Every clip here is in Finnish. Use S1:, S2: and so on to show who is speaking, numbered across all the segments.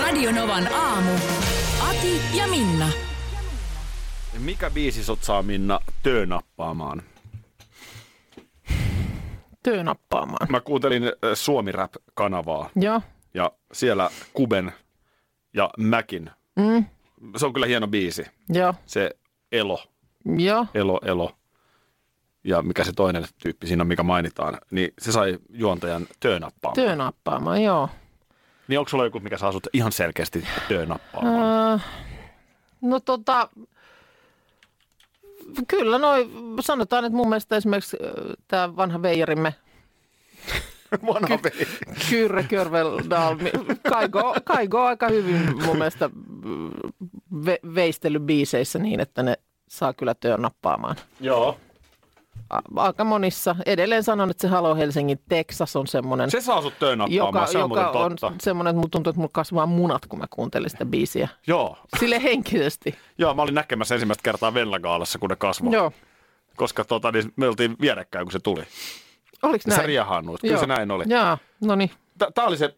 S1: Radionovan aamu. Ati ja Minna.
S2: Mikä biisi sot saa Minna töönappaamaan?
S3: töönappaamaan.
S2: Mä kuuntelin äh, Suomi Rap-kanavaa
S3: Joo.
S2: ja siellä Kuben ja Mäkin.
S3: Mm.
S2: Se on kyllä hieno biisi.
S3: Joo.
S2: Se Elo,
S3: Joo.
S2: Elo, Elo ja mikä se toinen tyyppi siinä on, mikä mainitaan, niin se sai juontajan töönappaamaan. Työ.
S3: Töönappaamaan, joo.
S2: Niin onko sulla joku, mikä saa sut ihan selkeästi töönappaamaan?
S3: Öö, no tota, kyllä noi, sanotaan, että mun mielestä esimerkiksi tämä vanha veijarimme No,
S2: Vanha veli.
S3: Kyrre Körveldal kaiko, kaiko aika hyvin mun mielestä äh, ve, veistelybiiseissä niin, että ne saa kyllä töönappaamaan.
S2: Joo.
S3: A- Aika monissa. Edelleen sanon, että se Halo Helsingin Texas on semmoinen.
S2: Se saa sut töönappaamaan,
S3: joka,
S2: se on
S3: joka
S2: muuten
S3: on
S2: totta.
S3: semmoinen, että mulla tuntuu, että mulla kasvaa munat, kun mä kuuntelen sitä biisiä.
S2: Joo.
S3: Sille henkisesti.
S2: Joo, mä olin näkemässä ensimmäistä kertaa Vellagaalassa, kun ne kasvoi.
S3: Joo.
S2: Koska tota, niin me oltiin vierekkäin, kun se tuli.
S3: Oliks
S2: Näin. Sä
S3: näin?
S2: riehaannuit, kyllä
S3: Joo.
S2: se näin oli.
S3: Jaa, no niin.
S2: T- Tää oli se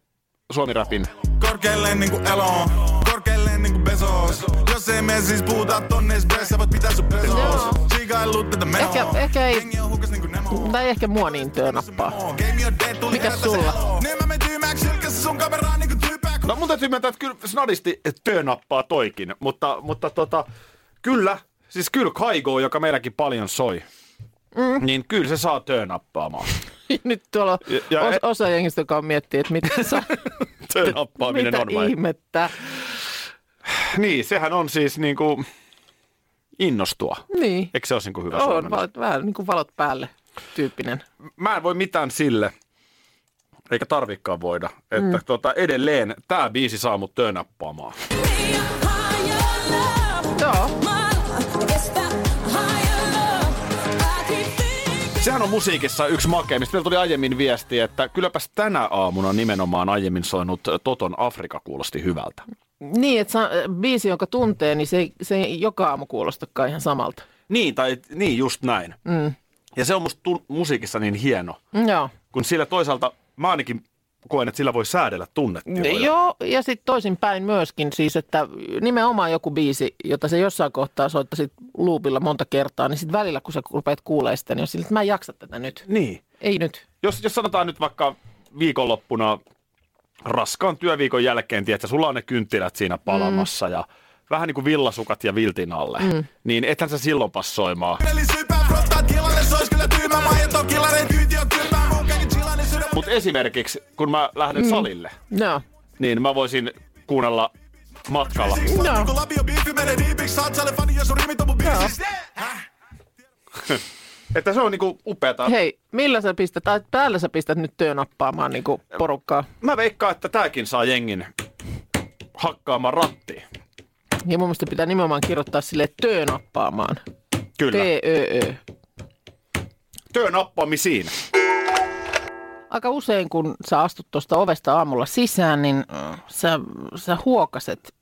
S2: Suomi Rapin.
S4: Korkealle niinku elo Korkealle niinku Bezos Jos ei mene siis puhuta tonne espresso Voit pitää sun pesos
S3: Joo.
S4: Chiikailu tätä menoa
S3: Ehkä, ehkä ei,
S4: Jengi on hukas niinku Nemo
S3: tai ehkä mua niin työnappaa.
S4: Game your day tuli
S3: Mikäs sulla?
S4: Niin mä menen tyymääks Ylkäs sun kameraa niinku tyypää
S2: No mun täytyy myöntää, että kyllä snadisti töönappaa toikin, mutta, mutta tota, kyllä, siis kyllä Kaigo, joka meilläkin paljon soi, mm. niin kyllä se saa töönappaamaan.
S3: Nyt tuolla on
S2: Ja- ja-
S3: os, osa jengistä, joka miettii, että mitä, sä,
S2: Töönappaaminen
S3: mitä
S2: on vai?
S3: ihmettä.
S2: Niin, sehän on siis niinku innostua.
S3: Niin.
S2: Eikö se ole niinku hyvä
S3: On,
S2: suomennos?
S3: valot, vähän niin kuin valot päälle tyyppinen.
S2: mä en voi mitään sille, eikä tarvikaan voida. Että mm. tota, edelleen tämä biisi saa mut tönappaamaan.
S3: Joo.
S2: Sehän on musiikissa yksi makeimmista. Meillä tuli aiemmin viesti, että kylläpäs tänä aamuna nimenomaan aiemmin soinut Toton Afrika kuulosti hyvältä.
S3: Niin, että sa- biisi, jonka tuntee, niin se, ei- se ei joka aamu kuulostakaan ihan samalta.
S2: Niin, tai niin just näin. Mm. Ja se on musta tu- musiikissa niin hieno,
S3: Joo.
S2: kun sillä toisaalta mä ainakin koen, että sillä voi säädellä tunnetiloja.
S3: Joo, ja sitten toisinpäin myöskin siis, että nimenomaan joku biisi, jota se jossain kohtaa soittaisit luupilla monta kertaa, niin sitten välillä kun sä rupeat kuulemaan sitä, niin on sillä, että mä en jaksa tätä nyt.
S2: Niin.
S3: Ei nyt.
S2: jos, jos sanotaan nyt vaikka viikonloppuna raskaan työviikon jälkeen, tiedätkö, sulla on ne kynttilät siinä palamassa mm. ja vähän niin kuin villasukat ja viltin alle, mm. niin ethän sä silloin passoimaan.
S4: Eli syypää frottaa tilalle Se ois kyllä tyymää Mä ajan ton kilaren kyyti on kylmää Mun kaikki chillani sydän
S2: Mutta esimerkiksi, kun mä lähden mm. salille,
S3: No,
S2: niin mä voisin kuunnella matkalla.
S4: Siksi mä
S3: No.
S4: niinku labio biifi Mene diipiksi Saat sale fani jos sun rimit on mun biisis Häh?
S2: Että se on niinku upeata.
S3: hei, millä sä pistät, tai päällä sä pistät nyt työnappaamaan niin porukkaa.
S2: Mä veikkaan, että tääkin saa jengin hakkaamaan rattiin.
S3: Ja mun mielestä pitää nimenomaan kirjoittaa sille töönappaamaan. t
S2: Kyllä.
S3: ö ö
S2: Työn nappaamisiin.
S3: Aika usein, kun sä astut tuosta ovesta aamulla sisään, niin äh, sä, sä huokaset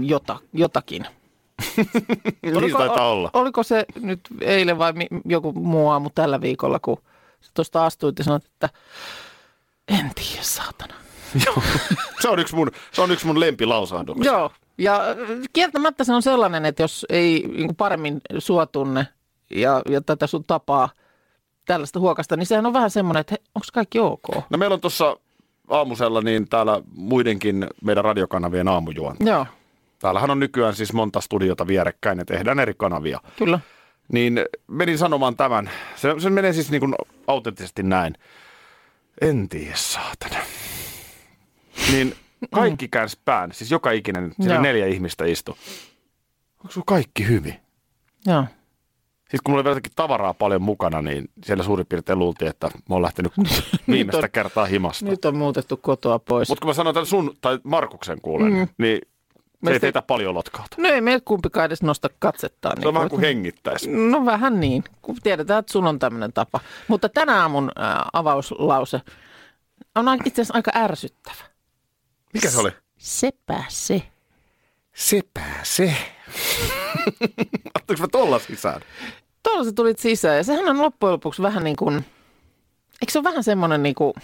S3: jota, jotakin.
S2: Niin se taitaa
S3: o-
S2: olla.
S3: Oliko se nyt eilen vai mi- joku muu aamu tällä viikolla, kun sä tuosta astuit ja sanoit, että en tiedä, saatana.
S2: Se on yksi mun, se on yksi mun lempilausahduksia.
S3: Joo, ja äh, kieltämättä se on sellainen, että jos ei niin kuin paremmin sua tunne ja, ja tätä sun tapaa tällaista huokasta, niin sehän on vähän semmoinen, että onko kaikki ok?
S2: No meillä on tuossa aamusella niin täällä muidenkin meidän radiokanavien aamujuonta.
S3: Joo,
S2: Täällähän on nykyään siis monta studiota vierekkäin ja tehdään eri kanavia.
S3: kyllä.
S2: Niin menin sanomaan tämän. Se, se menee siis niin kuin autenttisesti näin. En tiedä, saatana. Niin kaikki käänsi pään, siis joka ikinen, siinä
S3: Joo.
S2: neljä ihmistä istu. Onko sulla kaikki hyvin?
S3: Joo.
S2: Siis kun mulla oli jotakin tavaraa paljon mukana, niin siellä suurin piirtein luultiin, että mä oon lähtenyt viimeistä
S3: on-
S2: kertaa himasta.
S3: Nyt on muutettu kotoa pois. Mut,
S2: Mutta kun mä sanon tämän sun tai Markuksen kuulen, mm. niin se ei
S3: Mielestä-
S2: teitä paljon lotkauta.
S3: no ei me kumpikaan edes nosta katsettaan.
S2: Se on vähän kuin
S3: että-
S2: hengittäisi.
S3: No vähän niin, kun tiedetään, että sulla on tämmöinen tapa. Mutta tänä aamun ää, avauslause on a- itse asiassa aika ärsyttävä.
S2: Mikä se oli?
S3: Sepä se.
S2: Sepä se. Ottaanko mä tolla sisään?
S3: Tuolla sä tulit sisään ja sehän on loppujen lopuksi vähän niin kuin, eikö se ole vähän semmoinen niin kuin,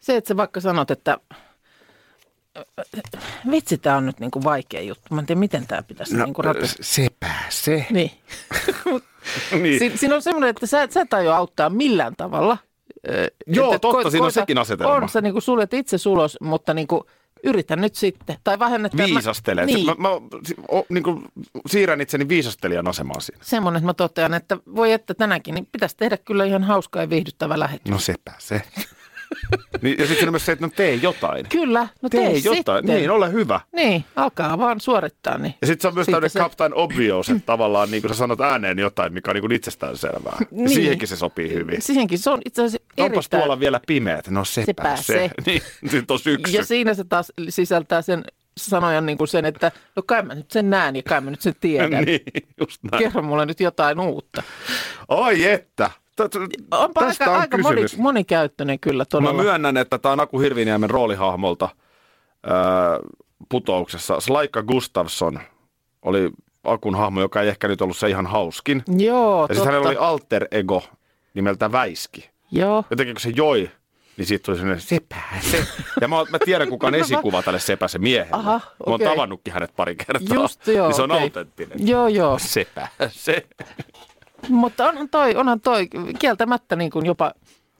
S3: se, että sä vaikka sanot, että vitsi, tämä on nyt niin kuin vaikea juttu. Mä en tiedä, miten tämä pitäisi no, niin kuin ratkaista.
S2: sepä se.
S3: Niin.
S2: Niin.
S3: Si- siinä on semmoinen, että sä, sä et tajua auttaa millään tavalla. Ö,
S2: Joo, totta, siinä on
S3: koita-
S2: sekin asetelma.
S3: On, sä niinku suljet itse ulos, mutta niinku, yritä nyt sitten. Tai vähennetään.
S2: Viisastele.
S3: Niin,
S2: Mä, mä si- o, niin kuin, siirrän itseni viisastelijan asemaan siinä.
S3: semmoinen, että mä totean, että voi että tänäänkin, niin pitäisi tehdä kyllä ihan hauska ja viihdyttävä lähetys.
S2: No sepä se. niin, ja sitten siinä on myös se, että no tee jotain.
S3: Kyllä, no tee,
S2: Tee jotain.
S3: sitten.
S2: Niin, ole hyvä.
S3: niin, alkaa vaan suorittaa. Niin.
S2: Ja sitten se on myös
S3: Siitä
S2: tämmöinen
S3: se-
S2: Captain Obvious, että tavallaan niin kun sä sanot ääneen jotain, mikä on niin kuin itsestäänselvää.
S3: Niin.
S2: Niin. Siihenkin se sopii hyvin.
S3: Siihenkin se on itse asiassa
S2: Onpas
S3: erittäin...
S2: tuolla vielä pimeät. No sepä,
S3: Sepä
S2: se.
S3: se.
S2: Niin, nyt on syksy.
S3: Ja siinä se taas sisältää sen sanojan niin kuin sen, että no kai mä nyt sen näen ja kai mä nyt sen tiedän.
S2: niin, just näin.
S3: Kerro mulle nyt jotain uutta.
S2: Ai että. Tä- tä-
S3: Onpa
S2: Tästä
S3: aika,
S2: on
S3: aika moni,
S2: kysymys.
S3: monikäyttöinen kyllä
S2: Mä
S3: todella.
S2: myönnän, että tämä on Aku Hirviniemen roolihahmolta ää, putouksessa. Slaikka Gustafsson oli Akun hahmo, joka ei ehkä nyt ollut se ihan hauskin.
S3: Joo,
S2: Ja
S3: No, totta.
S2: sitten siis hänellä oli alter ego nimeltä Väiski.
S3: Joo.
S2: Jotenkin kun se joi, niin siitä tuli sellainen sepä se. Ja mä, oon- mä tiedän, kuka on esikuva tälle sepä se miehelle.
S3: No, Aha,
S2: Mä oon
S3: okei.
S2: tavannutkin hänet pari kertaa.
S3: Just joo.
S2: niin se on
S3: okei.
S2: autenttinen.
S3: Joo, joo.
S2: Sepä se.
S3: Mutta onhan toi, onhan toi kieltämättä niin kuin jopa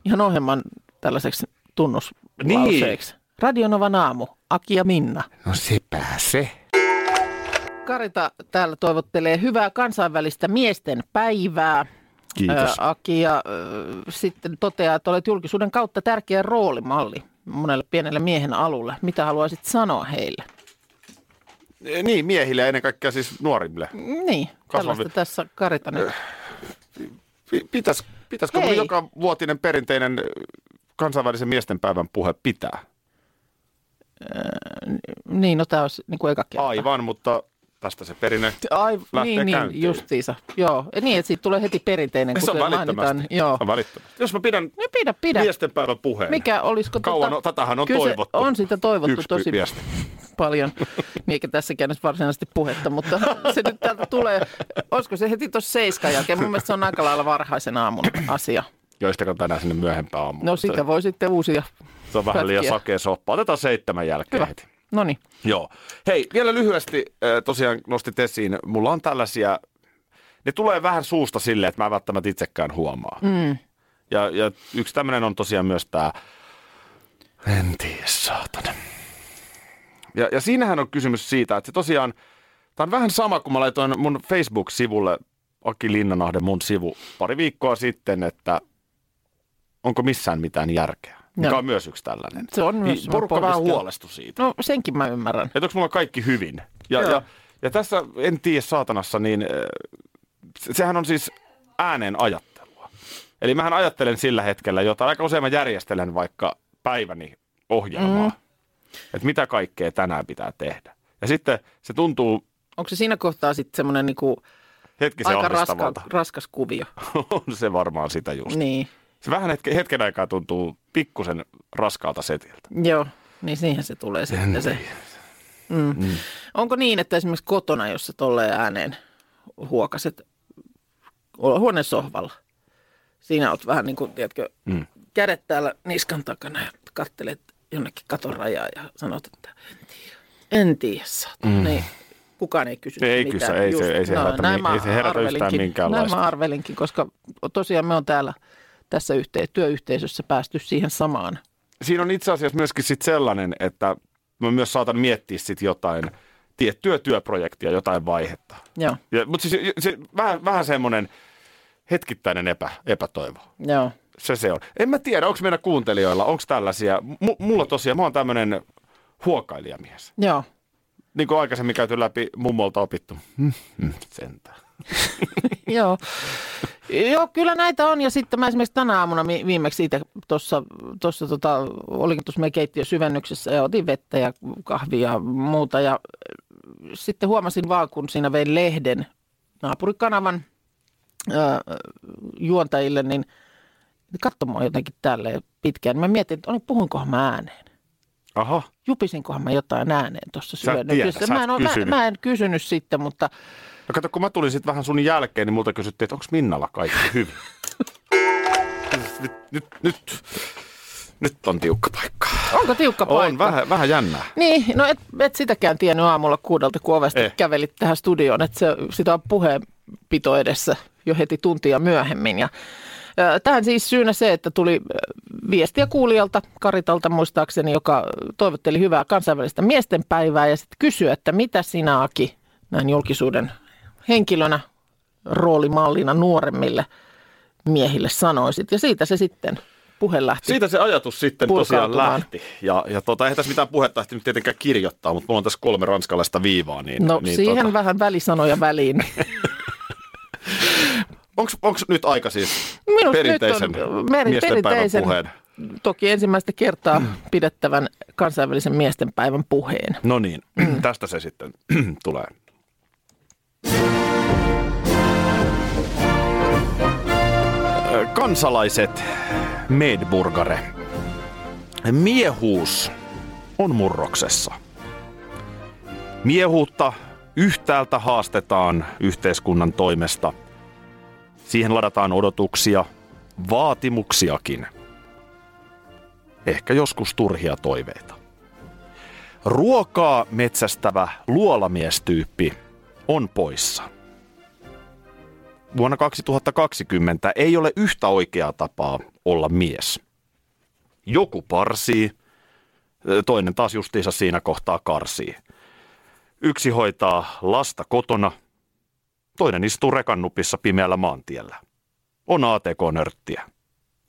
S3: ihan ohjelman tällaiseksi tunnuslauseeksi. Niin. Radionovan aamu, Aki ja Minna.
S2: No sepä se.
S3: Karita täällä toivottelee hyvää kansainvälistä miesten päivää.
S2: Kiitos.
S3: Ö, Aki ja ö, sitten toteaa, että olet julkisuuden kautta tärkeä roolimalli monelle pienelle miehen alulle. Mitä haluaisit sanoa heille?
S2: Niin, miehille ja ennen kaikkea siis nuorimmille.
S3: Niin, tällaista tässä Karita nyt.
S2: Pi- Pitäis, pitäisikö
S3: Hei.
S2: mun joka vuotinen perinteinen ö, kansainvälisen miestenpäivän puhe pitää?
S3: Niin, no tämä olisi niin kuin eka kerta.
S2: Aivan, mutta tästä se perinne.
S3: Ai,
S2: lähtee
S3: niin, niin,
S2: käyntiin.
S3: justiinsa. Joo, Ja niin, että siitä tulee heti perinteinen, kun
S2: Se on
S3: mainitaan.
S2: välittömästi.
S3: Joo.
S2: Se on välittömästi. Jos mä pidän
S3: No pidä, pidä.
S2: miestenpäivän puheen.
S3: Mikä olisiko
S2: Kauan on- tätähän on
S3: kyllä se
S2: toivottu.
S3: On sitä toivottu
S2: Yksi
S3: tosi
S2: viesti.
S3: paljon. Niin, Eikä tässäkään nyt varsinaisesti puhetta, mutta se nyt täältä tulee. Olisiko se heti tuossa seiskan jälkeen? Mun mielestä se on aika lailla varhaisen aamun asia.
S2: Joistako tänään sinne myöhempään aamuun?
S3: No sitä voi sitten uusia.
S2: Se on vähän liian
S3: pätkiä.
S2: sakea soppa. Otetaan seitsemän jälkeen
S3: Hyvä.
S2: heti.
S3: No niin.
S2: Joo. Hei, vielä lyhyesti äh, tosiaan nostit esiin, mulla on tällaisia, ne tulee vähän suusta silleen, että mä en välttämättä itsekään huomaa. Mm. Ja, ja yksi tämmöinen on tosiaan myös tämä, en tiedä, saatana. Ja, ja siinähän on kysymys siitä, että se tosiaan, tämä on vähän sama kuin mä laitoin mun Facebook-sivulle, Aki Linnanahde mun sivu, pari viikkoa sitten, että onko missään mitään järkeä. Mikä
S3: Joo.
S2: on myös yksi tällainen.
S3: Se on myös
S2: Niin Porukka vähän
S3: pohdiskelu.
S2: huolestui siitä
S3: No senkin mä ymmärrän.
S2: että onko mulla kaikki hyvin. Ja,
S3: Joo.
S2: ja, ja tässä, en tiedä saatanassa, niin äh, se- sehän on siis äänen ajattelua. Eli mähän ajattelen sillä hetkellä jotain. Aika usein mä järjestelen vaikka päiväni ohjelmaa, mm.
S3: Mm-hmm.
S2: että mitä kaikkea tänään pitää tehdä. Ja sitten se tuntuu
S3: Onko se siinä kohtaa sitten semmoinen niinku
S2: hetkisen
S3: aika
S2: Aika
S3: raska,
S2: ahdistavalta.
S3: raskas kuvio?
S2: on se varmaan sitä just.
S3: Niin,
S2: Se vähän hetken, hetken aikaa tuntuu pikkusen raskaalta setiltä.
S3: joo. Niin siihen se tulee sitten se. Mm. Mm. Onko niin, että esimerkiksi kotona, jos sä tolleen ääneen huokaset huoneen sohvalla, siinä oot vähän niin kuin, tiedätkö, mm. kädet täällä niskan takana ja kattelet jonnekin katon rajaa ja sanot, että en tiedä, en tiedä, saatana. Mm. Niin, kukaan ei kysy
S2: Ei
S3: mitään. no,
S2: kysä, ei se- ei se herätä
S3: näin
S2: mi-
S3: mä
S2: ei se herätä yhtään
S3: arvelinkin.
S2: minkäänlaista.
S3: Näin mä arvelinkin, koska tosiaan me on täällä tässä yhte- työyhteisössä päästy siihen samaan
S2: siinä on itse asiassa myöskin sit sellainen, että mä myös saatan miettiä sit jotain tiettyä työprojektia, jotain vaihetta.
S3: Joo,
S2: Ja, mutta siis se, se, vähän, vähän semmoinen hetkittäinen epä, epätoivo.
S3: joo.
S2: Se se on. En mä tiedä, onko meidän kuuntelijoilla, onko tällaisia. M- mulla tosiaan, mä oon tämmöinen huokailijamies.
S3: Joo.
S2: Niin kuin aikaisemmin käyty läpi mummolta opittu. Mm, mm, Sentään.
S3: Joo. Joo, kyllä näitä on. Ja sitten mä esimerkiksi tänä aamuna mi- viimeksi siitä tuossa, tuossa tota, olikin tuossa meidän keittiösyvennyksessä ja otin vettä ja kahvia ja muuta. Ja äh, sitten huomasin vaan, kun siinä vein lehden naapurikanavan ö, juontajille, niin katsomaan jotenkin tälle pitkään. Mä mietin, että oli, puhuinkohan mä ääneen.
S2: Aha.
S3: Jupisinkohan mä jotain ääneen tuossa
S2: Sä et
S3: syvennyksessä.
S2: tiedä, sä et
S3: mä, en oo- mä,
S2: kysynyt.
S3: mä, en kysynyt sitten, mutta
S2: No kato, kun mä tulin sitten vähän sun jälkeen, niin multa kysyttiin, että onko Minnalla kaikki hyvin. nyt, nyt, nyt, nyt on tiukka paikka.
S3: onko tiukka paikka?
S2: On vähän, vähän jännää.
S3: Niin, no et, et sitäkään tiennyt aamulla kuudelta, kun ovesta
S2: Eh.
S3: eh. kävelit tähän studioon, että se, sitä on puheenpito edessä jo heti tuntia myöhemmin. Ja, ö, tähän siis syynä se, että tuli ö, viestiä kuulijalta, Karitalta muistaakseni, joka toivotteli hyvää kansainvälistä miestenpäivää ja sitten kysyi, että mitä sinä Aki näin julkisuuden henkilönä roolimallina nuoremmille miehille sanoisit. Ja siitä se sitten puhe lähti.
S2: Siitä se ajatus sitten tosiaan
S3: Purkautumaan.
S2: lähti. Ja, ja tota, eihän tässä mitään puhetta ehtinyt tietenkään kirjoittaa, mutta mulla on tässä kolme ranskalaista viivaa. Niin,
S3: No
S2: niin
S3: siihen vähän välisanoja väliin.
S2: Onko onks nyt aika siis
S3: Minusta
S2: perinteisen
S3: nyt on meri-
S2: miestenpäivän
S3: perinteisen-
S2: puheen?
S3: toki ensimmäistä kertaa pidettävän kansainvälisen miestenpäivän puheen.
S2: No niin, tästä se sitten tulee. Ö, Kansalaiset, Medburgare. Miehuus on murroksessa. Miehuutta yhtäältä haastetaan yhteiskunnan toimesta. Siihen ladataan odotuksia, vaatimuksiakin. Ehkä joskus turhia toiveita. Ruokaa metsästävä luolamiestyyppi on poissa. Vuonna 2020 ei ole yhtä oikeaa tapaa olla mies. Joku parsii, toinen taas justiinsa siinä kohtaa karsii. Yksi hoitaa lasta kotona, toinen istuu rekannupissa pimeällä maantiellä. On ATK-nörttiä,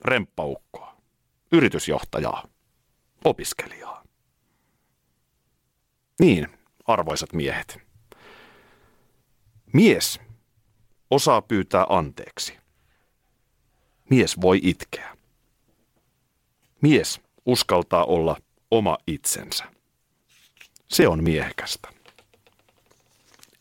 S2: remppaukkoa, yritysjohtajaa, opiskelijaa. Niin, arvoisat miehet. Mies osaa pyytää anteeksi. Mies voi itkeä. Mies uskaltaa olla oma itsensä. Se on miehekästä.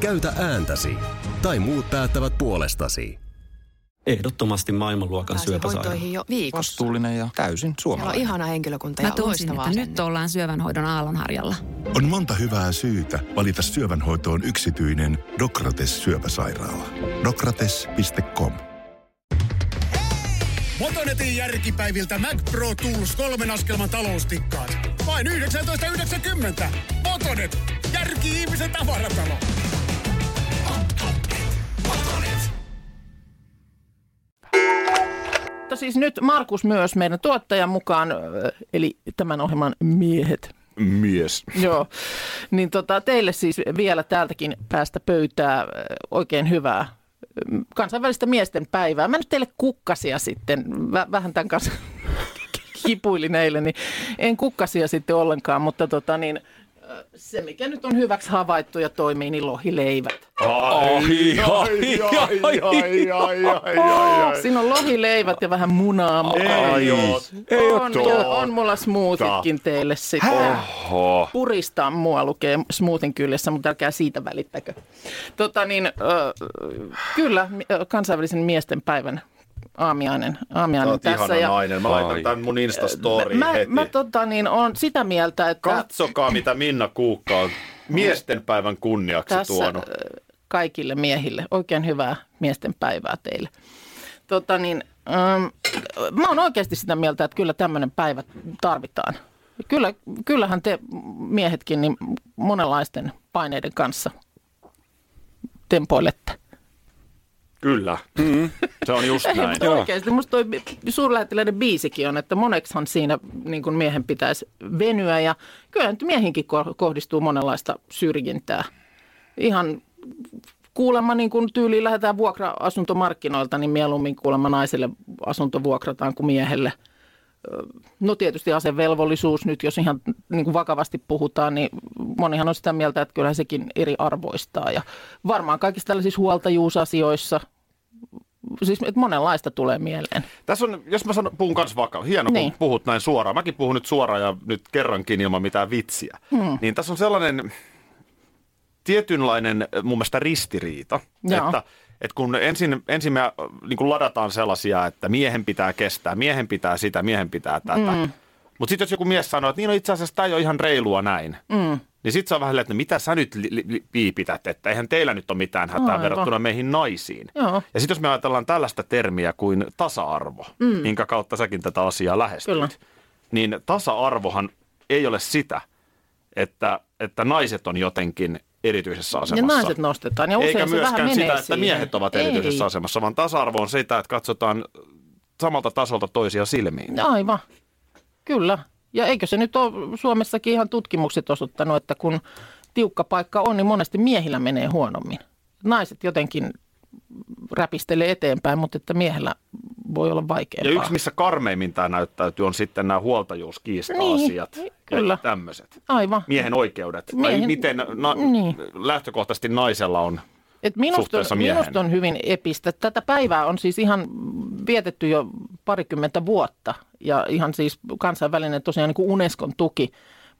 S5: Käytä ääntäsi. Tai muut päättävät puolestasi.
S6: Ehdottomasti maailmanluokan
S7: pääsin
S6: syöpäsairaala.
S7: hoitoihin jo viikossa.
S8: Vastuullinen ja täysin
S7: Meillä on
S8: suomalainen.
S7: ihana henkilökunta ja
S1: Mä tunsin,
S7: loistava
S1: että nyt
S7: asenne.
S1: ollaan syövänhoidon aallonharjalla.
S9: On monta hyvää syytä valita syövänhoitoon yksityinen Dokrates syöpäsairaala. Dokrates.com
S10: Motonetin järkipäiviltä Mac Pro Tools kolmen askelman taloustikkaan. Vain 19,90. Motonet, järki-ihmisen tavaratalo.
S3: Mutta siis nyt Markus myös meidän tuottajan mukaan, öö, eli tämän ohjelman miehet.
S2: Mies.
S3: Joo, niin tota, teille siis vielä täältäkin päästä pöytää öö, oikein hyvää öö, kansainvälistä miesten päivää. Mä nyt teille kukkasia sitten, Vä- vähän tämän kanssa kipuilin eilen, niin en kukkasia sitten ollenkaan, mutta tota niin, öö, se mikä nyt on hyväksi havaittu ja toimii, niin lohileivät.
S2: Ai, ai, ai, ai, ai, ai, ai, ai.
S3: Siinä on lohileivät ja vähän munaa mukana.
S2: Ai, oo
S3: Ei on,
S2: totta.
S3: on mulla smoothikin teille sitten.
S2: Oho.
S3: Puristaa mua lukee smoothin kyljessä, mutta älkää siitä välittäkö. Tota niin, ö, kyllä, mi- ö, kansainvälisen miesten päivän aamiainen, aamiainen tässä. Ja
S2: nainen. Mä laitan tämän mun Instastoriin
S3: mä, mä tota niin, on sitä mieltä, että
S2: Katsokaa, mitä Minna Kuukka on miesten päivän kunniaksi
S3: tässä
S2: tuonut.
S3: ö, kaikille miehille oikein hyvää miesten päivää teille. Tota niin, ähm, mä oon oikeasti sitä mieltä, että kyllä tämmöinen päivä tarvitaan. Kyllä, kyllähän te miehetkin niin monenlaisten paineiden kanssa tempoilette.
S2: Kyllä,
S3: Mm-hmm.
S2: se on just näin.
S3: Mutta oikeasti musta toi bi- suurlähettiläiden biisikin on, että moneksihan siinä niin kuin miehen pitäisi venyä ja kyllä nyt miehinkin ko- kohdistuu monenlaista syrjintää. Ihan kuulemma niin kuin tyyliin lähdetään vuokra-asuntomarkkinoilta, niin mieluummin kuulemma naiselle asunto vuokrataan kuin miehelle. Ö, No tietysti asevelvollisuus nyt, jos ihan niin kuin vakavasti puhutaan, niin monihan on sitä mieltä, että kyllä sekin eri arvoistaa. Ja varmaan kaikissa tällaisissa huoltajuusasioissa, siis että monenlaista tulee mieleen.
S2: Tässä on, jos mä sanon, puhun kanssa vakava, hieno niin.
S3: Niin.
S2: kun puhut näin suoraan. Mäkin puhun nyt suoraan ja nyt kerrankin ilman mitään vitsiä. Hmm. Niin tässä on sellainen tietynlainen mun mielestä ristiriita,
S3: Joo.
S2: että, että kun ensin, ensin me niin kuin ladataan sellaisia, että miehen pitää kestää, miehen pitää sitä, miehen pitää tätä. Mm. Mutta sitten jos joku mies sanoo, että niin no itse asiassa tämä ei ole ihan reilua näin, mm. niin sitten se on vähän silleen, että mitä sä nyt li- li- piipität, että eihän teillä nyt ole mitään hätää
S3: Aivan.
S2: verrattuna meihin naisiin.
S3: Joo.
S2: Ja sitten jos me ajatellaan tällaista termiä kuin tasa-arvo, mm. minkä kautta säkin tätä asiaa lähestyt,
S3: Kyllä.
S2: niin tasa-arvohan ei ole sitä, että, että naiset on jotenkin erityisessä asemassa.
S3: Ja naiset nostetaan, ja usein
S2: Eikä
S3: se vähän
S2: myöskään
S3: menee
S2: sitä,
S3: siihen.
S2: että miehet ovat erityisessä asemassa, vaan tasa-arvo on sitä, että katsotaan samalta tasolta toisia silmiin.
S3: Ei. Aivan, kyllä. Ja eikö se nyt ole Suomessakin ihan tutkimukset osoittanut, että kun tiukka paikka on, niin monesti miehillä menee huonommin. Naiset jotenkin räpistelee eteenpäin, mutta että miehellä voi olla
S2: Ja
S3: vaikeampaa.
S2: yksi, missä karmeimmin tämä näyttäytyy, on sitten nämä huoltajuuskiista-asiat
S3: Niin,
S2: ja
S3: kyllä.
S2: tämmöiset.
S3: Aivan.
S2: Miehen oikeudet. Tai
S3: Miehen-
S2: miten na-
S3: niin.
S2: lähtökohtaisesti naisella on
S3: Et minusta,
S2: suhteessa mieheen.
S3: minusta on hyvin epistä. Tätä päivää on siis ihan vietetty jo parikymmentä vuotta ja ihan siis kansainvälinen tosiaan niin kuin Unescon tuki.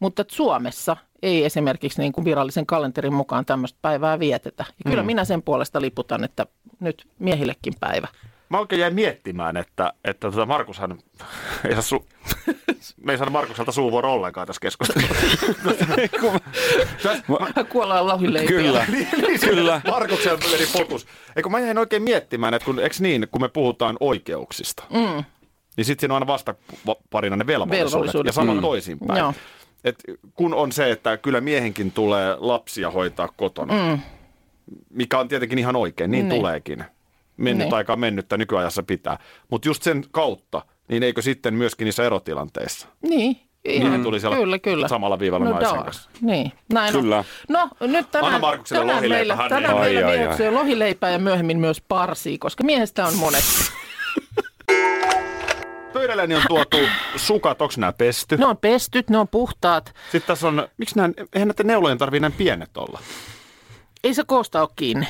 S3: Mutta et Suomessa ei esimerkiksi niin kuin virallisen kalenterin mukaan tämmöistä päivää vietetä. Ja kyllä mm. minä sen puolesta liputan, että nyt miehillekin päivä.
S2: Mä oikein jäin miettimään, että, että tota Markushan, ei saa su... me ei saada Markukselta suuvuoro ollenkaan tässä keskustelussa.
S3: Kuollaan lohileipiä.
S7: Kyllä, kyllä.
S2: Niin, Markuksen meni fokus. Eikö mä jäin oikein miettimään, että kun, eks niin, kun me puhutaan oikeuksista, mm. niin sitten siinä on aina vastaparina ne velvollisuudet, velvollisuudet.
S3: Velvollisuudet.
S2: ja sama mm.
S3: Mm.
S2: toisinpäin.
S3: Joo.
S2: Et kun on se, että kyllä miehenkin tulee lapsia hoitaa kotona, mm. mikä on tietenkin ihan oikein, niin, niin.
S3: Niin.
S2: tuleekin. Mennyt niin.
S3: Niin.
S2: aika mennyttä nykyajassa pitää. Mutta just sen kautta, niin eikö sitten myöskin niissä erotilanteissa?
S3: Niin, ihan,
S2: Niin, tulisi olla
S3: kyllä, kyllä.
S2: samalla viivalla naisen
S3: daa.
S2: kanssa.
S3: Niin, näin on.
S7: Kyllä.
S3: No nyt tänään,
S2: Anna Markukselle
S3: tänään
S2: lohileipä,
S3: meillä,
S2: hän
S3: tänään
S7: ei-
S3: meillä
S7: Ai, ai,
S3: mieheksi on lohileipää ja myöhemmin myös parsia, koska miehestä on monet.
S2: Pöydälleni on tuotu sukat, onko nämä pesty?
S3: Ne on pestyt, ne on puhtaat.
S2: Sitten tässä on, miksi nämä, eihän näiden neulojen tarvii näin pienet olla?
S3: Ei se koosta ole kiinni.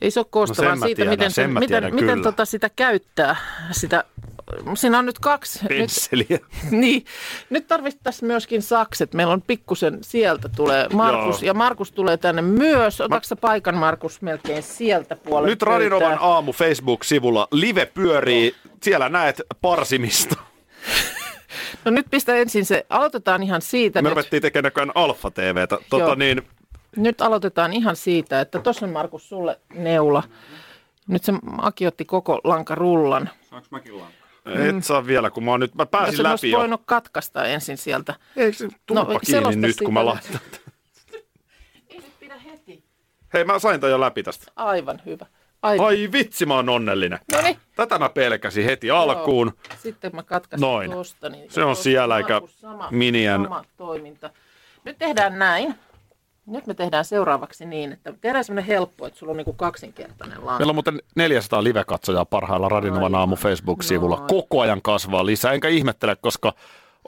S3: Ei se ole koosta,
S2: No sen
S3: vaan
S2: mä
S3: siitä,
S2: tiedän,
S3: miten,
S2: sen mä
S3: miten,
S2: tiedän
S3: miten
S2: kyllä.
S3: tota sitä käyttää. Sitä, siinä on nyt kaksi. Nyt,
S2: Pensseliä.
S3: niin, nyt tarvittaisiin myöskin sakset. Meillä on pikkusen, sieltä tulee Markus.
S2: Joo.
S3: Ja Markus tulee tänne myös. Otatko sä paikan, Markus, melkein sieltä puolelta?
S2: Nyt Radinovan aamu Facebook-sivulla live pyörii, siellä näet parsimista.
S3: No nyt pistä ensin se, aloitetaan ihan siitä.
S2: Me
S3: nyt.
S2: ruvettiin tekemään näköjään Alfa TVtä. Tota
S3: Joo.
S2: niin,
S3: Nyt aloitetaan ihan siitä, että tuossa on Markus sulle neula. Nyt se Aki otti koko lankarullan.
S2: et saa vielä, kun mä oon nyt, mä
S3: Jos
S2: pääsin
S3: sen
S2: läpi
S3: olisi
S2: jo.
S3: voinut katkaista ensin sieltä.
S2: Eikö se turpa
S3: No,
S2: kiinni
S3: selosta
S2: nyt, kun mä
S3: sitä.
S2: laitan?
S3: Ei nyt pidä heti.
S2: Hei, mä sain tän jo läpi tästä.
S3: Aivan hyvä. Aivan. No niin.
S2: Ai vitsi, mä oon onnellinen.
S3: Noniin.
S2: Tätä mä pelkäsin heti alkuun.
S3: Sitten mä katkaisin
S2: Noin.
S3: tuosta. Niin
S2: Se on
S3: tuossa
S2: siellä, eikä
S3: Markus, sama,
S2: minien-
S3: Sama toiminta. Nyt tehdään näin. Nyt me tehdään seuraavaksi niin, että tehdään semmoinen helppo, että sulla on niinku kaksinkertainen lanka.
S2: Meillä on muuten 400 live-katsojaa parhailla Radinovan aamu Facebook-sivulla.
S3: Noin.
S2: Koko ajan kasvaa lisää, enkä ihmettele, koska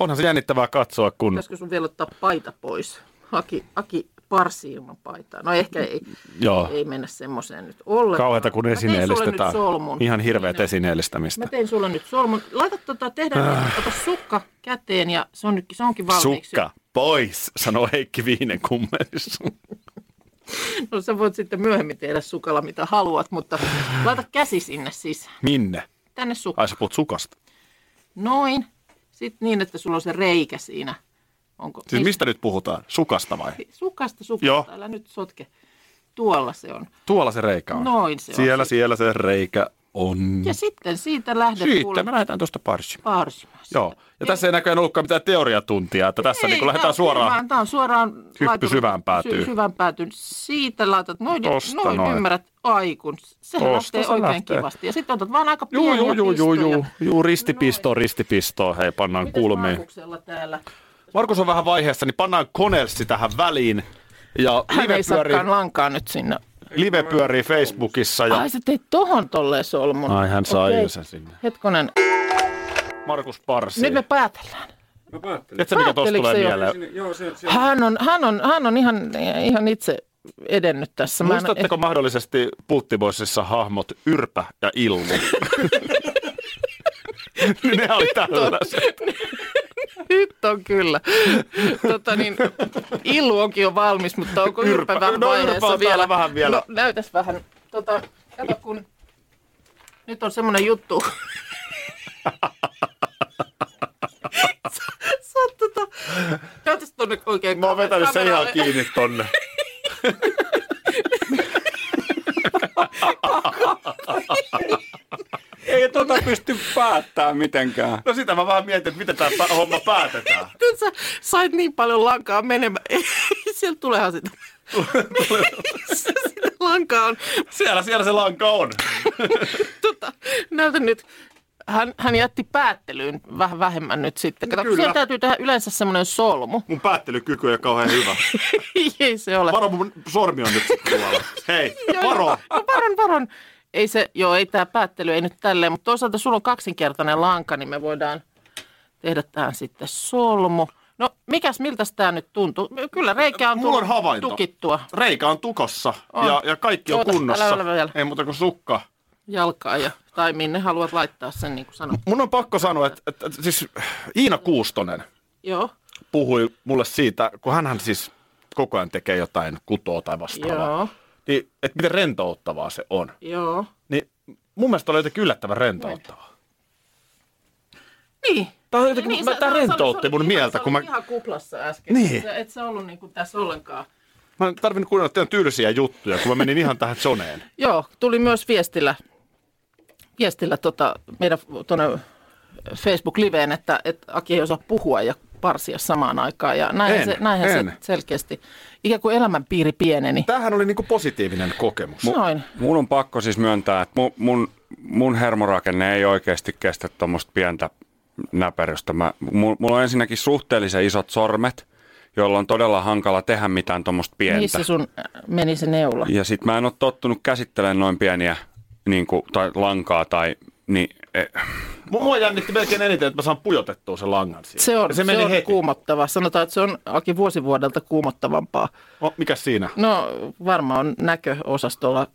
S2: onhan se jännittävää katsoa, kun...
S3: Pitäisikö sun vielä ottaa paita pois? Aki, aki parsi ilman paitaa. No ehkä ei,
S2: Joo.
S3: ei mennä semmoiseen nyt ollenkaan.
S2: Kauheata, kun
S3: Mä tein sulle
S2: esineellistetään.
S3: nyt solmun.
S2: Ihan hirveät
S3: Niin on.
S2: esineellistämistä.
S3: Mä tein sulle nyt solmun. Laita tota, tehdään, niin, ota sukka käteen ja se on, nyt, se onkin valmiiksi.
S2: Äh. Sukka pois, sanoo Heikki Viinen kummelissa.
S3: No sä voit sitten myöhemmin tehdä sukalla mitä haluat, mutta laita käsi sinne siis.
S2: Minne?
S3: Tänne sukka.
S2: Ai sä puhut sukasta.
S3: Noin. Sitten niin, että sulla on se reikä siinä. Onko?
S2: Siis
S3: Ei-
S2: mistä nyt puhutaan? Sukasta vai?
S3: Sukasta sukasta,
S2: Joo.
S3: älä nyt sotke. Tuolla se on.
S2: Tuolla se reikä on.
S3: Noin se on.
S2: siellä, siellä se reikä on.
S3: Ja sitten siitä lähdet
S2: Siitä
S3: kuule
S2: me lähdetään tuosta parsimaan.
S3: parsimaan. sitä.
S2: Joo. Ja tässä ei näköjään ollutkaan mitään teoriatuntia, että tässä
S3: Ei,
S2: niin lähdetään
S3: tää-
S2: suoraan.
S3: Tämä, on suoraan...
S2: Hyppy syvään päätyyn.
S3: Sy, syvään päätyyn. Siitä laitat, noin,
S2: Tosta
S3: noin,
S2: noin.
S3: ymmärrät, ai kun se
S2: Tosta
S3: lähtee
S2: se
S3: oikein
S2: lähtee.
S3: kivasti. Ja sitten otat vaan aika
S2: Juu,
S3: pieniä
S2: juu, juu, juu,
S3: pistoja.
S2: juu, juu, ristipistoon, ristipistoon, hei, pannaan
S3: Mitäs
S2: kulmiin.
S3: Markuksella täällä?
S2: Markus on vähän vaiheessa, niin pannaan Konelsi tähän väliin. Ja
S3: Hän
S2: live
S3: ei
S2: pyörii,
S3: saakaan lankaa nyt sinne.
S2: live pyörii Facebookissa ja
S3: Ai sä teit tohon tolleen solmun.
S2: Ai, hän sai
S3: Okei.
S2: jo sen sinne.
S3: Hetkonen,
S2: Markus Parsi.
S3: nyt me päätellään.
S2: Tiedätkö, mikä tuosta
S3: Ajatteliko
S2: tulee
S3: se jo?
S2: mieleen?
S3: Hän on, hän on, hän on ihan, ihan itse edennyt tässä. Mä en-
S2: Muistatteko mahdollisesti Pulttiboisissa hahmot Yrpä ja Ilmu? ne oli tällaiset.
S3: Nyt on kyllä. Tota niin, Illu onkin jo valmis, mutta onko
S2: Yrpä-
S3: Yrpä, vähän
S2: no, Yrpä
S3: vaiheessa
S2: on täällä
S3: vielä?
S2: vähän vielä.
S3: No näytäs vähän. Tota, kato kun... Nyt on semmoinen juttu. Sä- sä oot tota... Näytäs tonne oikein
S2: Mä oon vetänyt sen ihan
S3: kameralle.
S2: kiinni tonne.
S7: Ei tota pysty päättämään mitenkään.
S2: No sitä mä vähän mietin, että miten tämä homma päätetään.
S3: Nyt sä sait niin paljon lankaa menemään. Ei, Sieltä tuleehan sitä. Missä sitä lankaa on?
S2: Siellä, siellä se lanka on.
S3: tota, näytä nyt. Hän, hän jätti päättelyyn vähän vähemmän nyt sitten. Kato,
S2: Kyllä.
S3: Kyllä. Siellä täytyy tehdä yleensä semmoinen solmu.
S2: Mun päättelykyky ei ole kauhean hyvä.
S3: Ei se ole.
S2: Varo, mun sormi on nyt tuolla. Hei,
S3: Joo,
S2: varo.
S3: joo. No varon, varon. Ei se, joo, ei tämä päättely, ei nyt tälleen, mutta toisaalta sulla on kaksinkertainen lanka, niin me voidaan tehdä tähän sitten solmu. No, mikäs, miltä tämä nyt tuntuu? Kyllä reikä on
S2: Mulla on
S3: tullut
S2: havainto.
S3: tukittua.
S2: Reikä on tukossa
S3: On.
S2: Ja, ja kaikki on
S3: Oota,
S2: kunnossa.
S3: älä ole vielä.
S2: Ei muuta kuin sukka.
S3: jalkaa ja, tai minne haluat laittaa sen, niin kuin sanoit.
S2: Mun on pakko sanoa, että, että, että siis Iina Kuustonen,
S3: Joo,
S2: puhui mulle siitä, kun hänhän siis koko ajan tekee jotain kutoa tai vastaavaa,
S3: joo,
S2: niin että miten rentouttavaa se on.
S3: joo.
S2: Niin mun mielestä oli jotenkin yllättävän rentouttavaa.
S3: Niin.
S2: Tämä, on jotenkin,
S3: niin,
S2: mä,
S3: sä-
S2: tämä
S3: sä- sä-
S2: rentoutti
S3: sä-
S2: mun
S3: ihan-
S2: mieltä,
S3: sä
S2: kun mä,
S3: olit ihan kuplassa äsken.
S2: Niin.
S3: Sä, et sä ollut niin kuin tässä ollenkaan.
S2: mä en tarvinnut kuunnella teidän tylsiä juttuja, kun mä menin ihan tähän zoneen.
S3: Joo, tuli myös viestillä, viestillä tota, meidän tuonne Facebook-liveen, että, että Aki ei osaa puhua ja parsia samaan aikaan. Ja näinhän,
S2: En,
S3: se, näinhän
S2: en.
S3: se selkeästi. Ikään kuin elämänpiiri pieneni.
S2: Tämähän oli niinku positiivinen kokemus.
S3: Noin.
S7: Mun on pakko siis myöntää, että mun, mun, mun hermorakenne ei oikeasti kestä tuommoista pientä näperöstä. Mä, mul- mulla on ensinnäkin suhteellisen isot sormet, joilla on todella hankala tehdä mitään tuommoista pientä.
S3: Missä sun äh, meni se neula?
S7: Ja sit mä en ole tottunut käsittelemään noin pieniä niin kuin, tai lankaa tai... Niin, eh,
S2: Mua jännitti melkein eniten, että mä saan pujotettua sen langan siihen.
S3: Se on,
S2: Ja
S3: se
S2: meni
S3: se on
S2: heti.
S3: kuumottava. Sanotaan, että se on Aki vuosivuodelta kuumottavampaa.
S2: O, mikä siinä?
S3: No varmaan on näköosastolla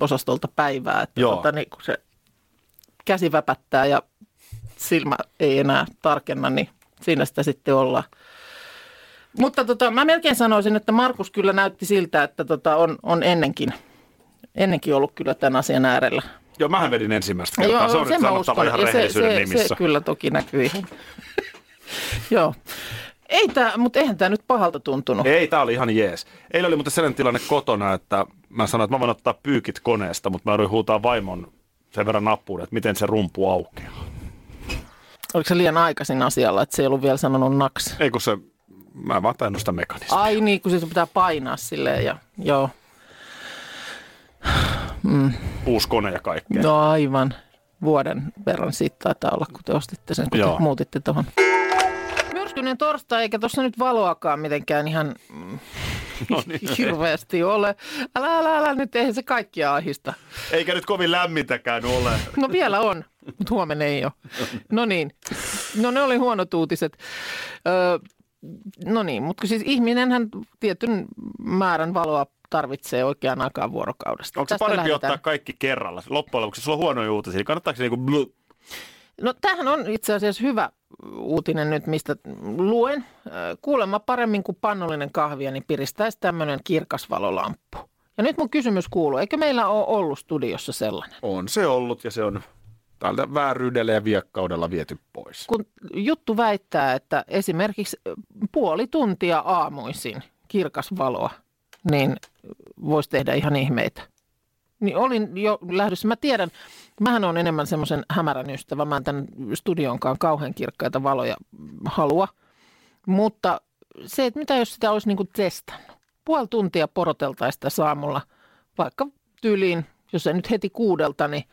S3: osastolta päivää, että
S2: Joo.
S3: tota, niin kun se käsi väpättää ja silmä ei enää tarkenna, niin siinä sitä sitten ollaan. Mutta tota, mä melkein sanoisin, että Markus kyllä näytti siltä, että tota, on, on ennenkin, ennenkin ollut kyllä tämän asian äärellä.
S2: Joo, mähän vedin ensimmäistä kertaa. se on nyt
S3: sen mä
S2: sanottava
S3: uskon.
S2: ihan
S3: Ja
S2: rehellisyyden
S3: se,
S2: nimissä.
S3: Se, se kyllä toki näkyy ihan. Joo. Ei tää, mutta eihän tämä nyt pahalta tuntunut.
S2: Ei, tää oli ihan jees. Eilen oli muuten sellainen tilanne kotona, että mä sanoin, että mä voin ottaa pyykit koneesta, mutta mä jouduin huutaa vaimon sen verran nappuun, että miten se rumpu aukeaa.
S3: Oliko se liian aikaisin asialla, että se ei ollut vielä sanonut naks?
S2: Ei kun se, mä vaan tajannut sitä mekanismia.
S3: Ai niin, kun se pitää painaa silleen ja joo.
S2: Uusi kone ja kaikkea.
S3: No aivan. Vuoden verran siitä taitaa olla, kun te ostitte sen, kun
S2: Joo.
S3: te muutitte tuohon. Myrskyinen torstai, eikä tuossa nyt valoakaan mitenkään ihan mm,
S2: No niin.
S3: hirveästi ole. Älä, älä, älä nyt, eihän se kaikkia ahista.
S2: Eikä nyt kovin lämmintäkään ole.
S3: No vielä on, mutta huomenna ei ole. No niin, no ne oli huonot uutiset. Öö, no niin, mutta siis ihminenhän tietyn määrän valoa tarvitsee oikeaan aikaan vuorokaudesta.
S2: Onko se
S3: Tästä
S2: parempi
S3: lähdetään.
S2: ottaa kaikki kerralla? Loppujen lopuksi sulla on huonoja uutisia, niin kannattaako se niinku blu?
S3: No tämähän on itse asiassa hyvä uutinen nyt, mistä luen. Öö, Kuulemma paremmin kuin pannollinen kahvia, niin piristäisi tämmöinen kirkas valolamppu. Ja nyt mun kysymys kuuluu, eikö meillä ole ollut studiossa sellainen?
S2: On se ollut ja se on tältä vääryydellä ja viekkaudella viety pois.
S3: kun juttu väittää, että esimerkiksi puoli tuntia aamuisin kirkas valoa, niin voisi tehdä ihan ihmeitä. Niin olin jo lähdössä. Mä tiedän, mähän on enemmän semmoisen hämärän ystävä. Mä en tämän studionkaan kauhean kirkkaita valoja halua. Mutta se, että mitä jos sitä olisi niinku testannut. Puoli tuntia poroteltaisiin sitä saamulla, vaikka tyyliin, jos ei nyt heti kuudelta, niin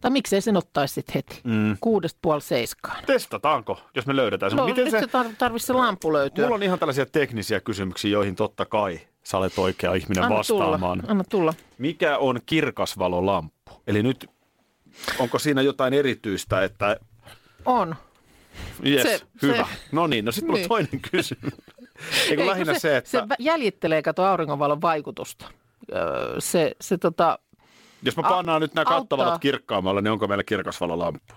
S3: tai miksei sen ottaisi sit heti, mm. kuudesta puoli seiskaan.
S2: Testataanko, jos me löydetään se?
S3: No,
S2: Miten
S3: nyt se,
S2: se,
S3: tar- tarvitsisi se lampu löytyä.
S2: mulla on ihan tällaisia teknisiä kysymyksiä, joihin totta kai sä olet oikea ihminen
S3: Anna
S2: vastaamaan.
S3: Tulla. Anna tulla.
S2: Mikä on kirkasvalolamppu? Eli nyt, onko siinä jotain erityistä, että
S3: On.
S2: Niin jes,
S3: Se-
S2: hyvä.
S3: se-
S2: No niin, no sitten mulla on
S3: Niin.
S2: toinen kysymys. Eikö
S3: Ei, kun
S2: lähinnä se, se että
S3: se vä- jäljittelee, kato auringonvalon vaikutusta. Öö, se, se tota,
S2: jos mä
S3: au-
S2: pannaan nyt nämä
S3: auttaa.
S2: kattovalot kirkkaammalle, niin onko meillä kirkasvalolamppu?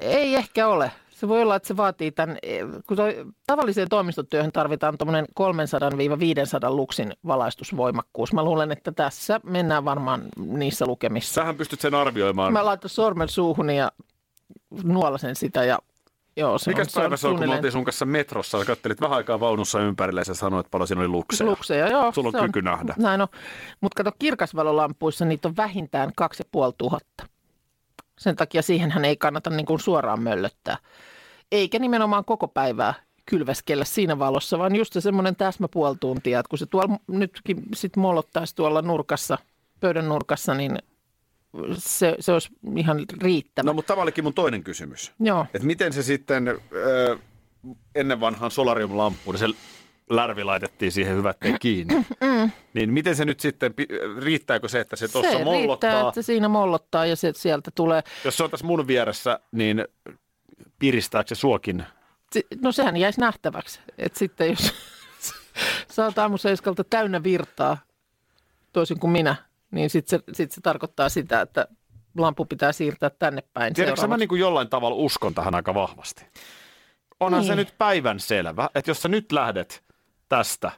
S3: ei ehkä ole. Se voi olla, että se vaatii tämän, eh, kun toi, tavalliseen toimistotyöhön tarvitaan tuommoinen 300-500 luksin valaistusvoimakkuus. Mä luulen, että tässä mennään varmaan niissä lukemissa.
S2: Sähän pystyt sen arvioimaan.
S3: Mä laitan sormen suuhun ja nuolasen sitä ja joo, se
S2: Mikäs
S3: on,
S2: päivä se on, kun me
S3: suunnilleen
S2: oltiin sun kanssa metrossa, sä kattelit vähän aikaa vaunussa ympärillä ja sä sanoit, että paljon siinä oli lukseja.
S3: lukseja. Joo,
S2: Sulla on
S3: se
S2: kyky nähdä.
S3: Näin on. Mutta kato, kirkasvalolampuissa niitä on vähintään 2500. Sen takia siihenhän ei kannata niin kuin suoraan möllöttää. Eikä nimenomaan koko päivää kylväskellä siinä valossa, vaan just se semmoinen täsmä puoli tuntia, että kun se tuolla nytkin sit molottaisi tuolla nurkassa, pöydän nurkassa, niin se, se olisi ihan riittävä.
S2: No mutta tämä olikin mun toinen kysymys.
S3: Joo.
S2: Et miten se sitten ö, ennen vanhaan solariumlamppuun, niin se lärvi laitettiin siihen hyvätteen
S3: Mm,
S2: kiinni. niin miten se nyt sitten, pi- riittääkö se, että se tuossa
S3: se
S2: mollottaa?
S3: riittää, että se siinä mollottaa ja se sieltä tulee.
S2: Jos se on tässä mun vieressä, niin piristääkö se suokin?
S3: Si- No sehän jäisi nähtäväksi. Et sitten jos saat aamuseiskalta täynnä virtaa, toisin kuin minä, niin sitten se, sit se tarkoittaa sitä, että lampu pitää siirtää tänne päin.
S2: Tiedätkö, mä
S3: seuraavaksi.
S2: niin kuin jollain tavalla uskon tähän aika vahvasti. Onhan niin. se
S3: Niin.
S2: nyt päivän selvä, että jos sä nyt lähdet tästä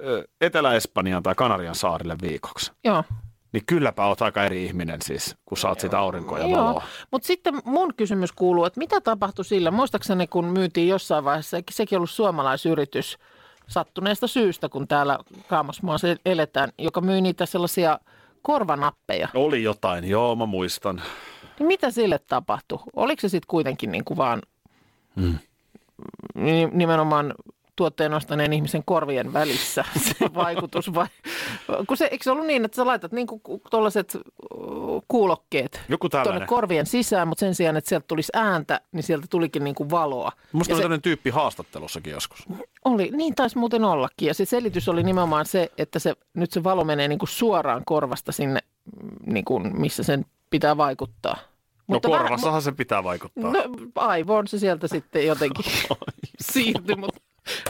S2: ö, Etelä-Espanjaan tai Kanarian saarille viikoksi,
S3: Joo.
S2: niin kylläpä oot aika eri ihminen siis, kun saat sitä aurinkoa ja
S3: Joo,
S2: valoa.
S3: mutta sitten mun kysymys kuuluu, että mitä tapahtui sillä? Muistaakseni kun myytiin jossain vaiheessa, eikä sekin ollut suomalaisyritys sattuneesta syystä, kun täällä Kaamasmaassa eletään, joka myi niitä sellaisia korvanappeja.
S2: Oli jotain, joo mä muistan.
S3: Niin mitä sille tapahtui? Oliko se sitten kuitenkin niin kuin vaan mm. nimenomaan tuotteen ostaneen ihmisen korvien välissä se vaikutus vai? Kun se, eikö se ollut niin, että sä laitat niin tuollaiset kuulokkeet
S2: Joku
S3: tuonne
S2: tällainen.
S3: korvien sisään, mutta sen sijaan, että sieltä tulisi ääntä, niin sieltä tulikin niin kuin valoa.
S2: Musta
S3: Ja
S2: oli
S3: se,
S2: tämmöinen tyyppi haastattelussakin joskus. No
S3: oli, niin taisi muuten ollakin. Ja se selitys oli nimenomaan se, että se, nyt se valo menee niin kuin suoraan korvasta sinne, niin kuin, missä sen pitää vaikuttaa.
S2: no
S3: vähän-
S2: korvassahan se pitää vaikuttaa.
S3: No aivoon se sieltä sitten jotenkin siirtyi, mutta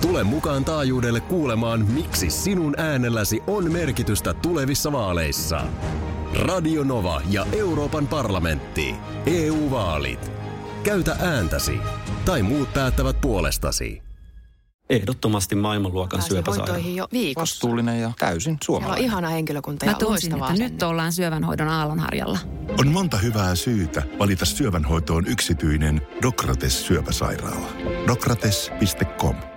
S5: Tule mukaan taajuudelle kuulemaan, miksi sinun äänelläsi on merkitystä tulevissa vaaleissa. Radio Nova ja Euroopan parlamentti. EU-vaalit. Käytä ääntäsi. Tai muut päättävät puolestasi.
S6: Ehdottomasti maailmanluokan syöpäsairaala.
S8: jo viikossa.
S4: Vastuullinen ja täysin
S8: Siellä on
S4: suomalainen.
S8: ihana henkilökunta ja
S1: Mä tunsin, että
S8: asenne.
S1: nyt ollaan syövänhoidon aallonharjalla.
S9: On monta hyvää syytä valita syövänhoitoon yksityinen Dokrates syöpäsairaala. Dokrates.com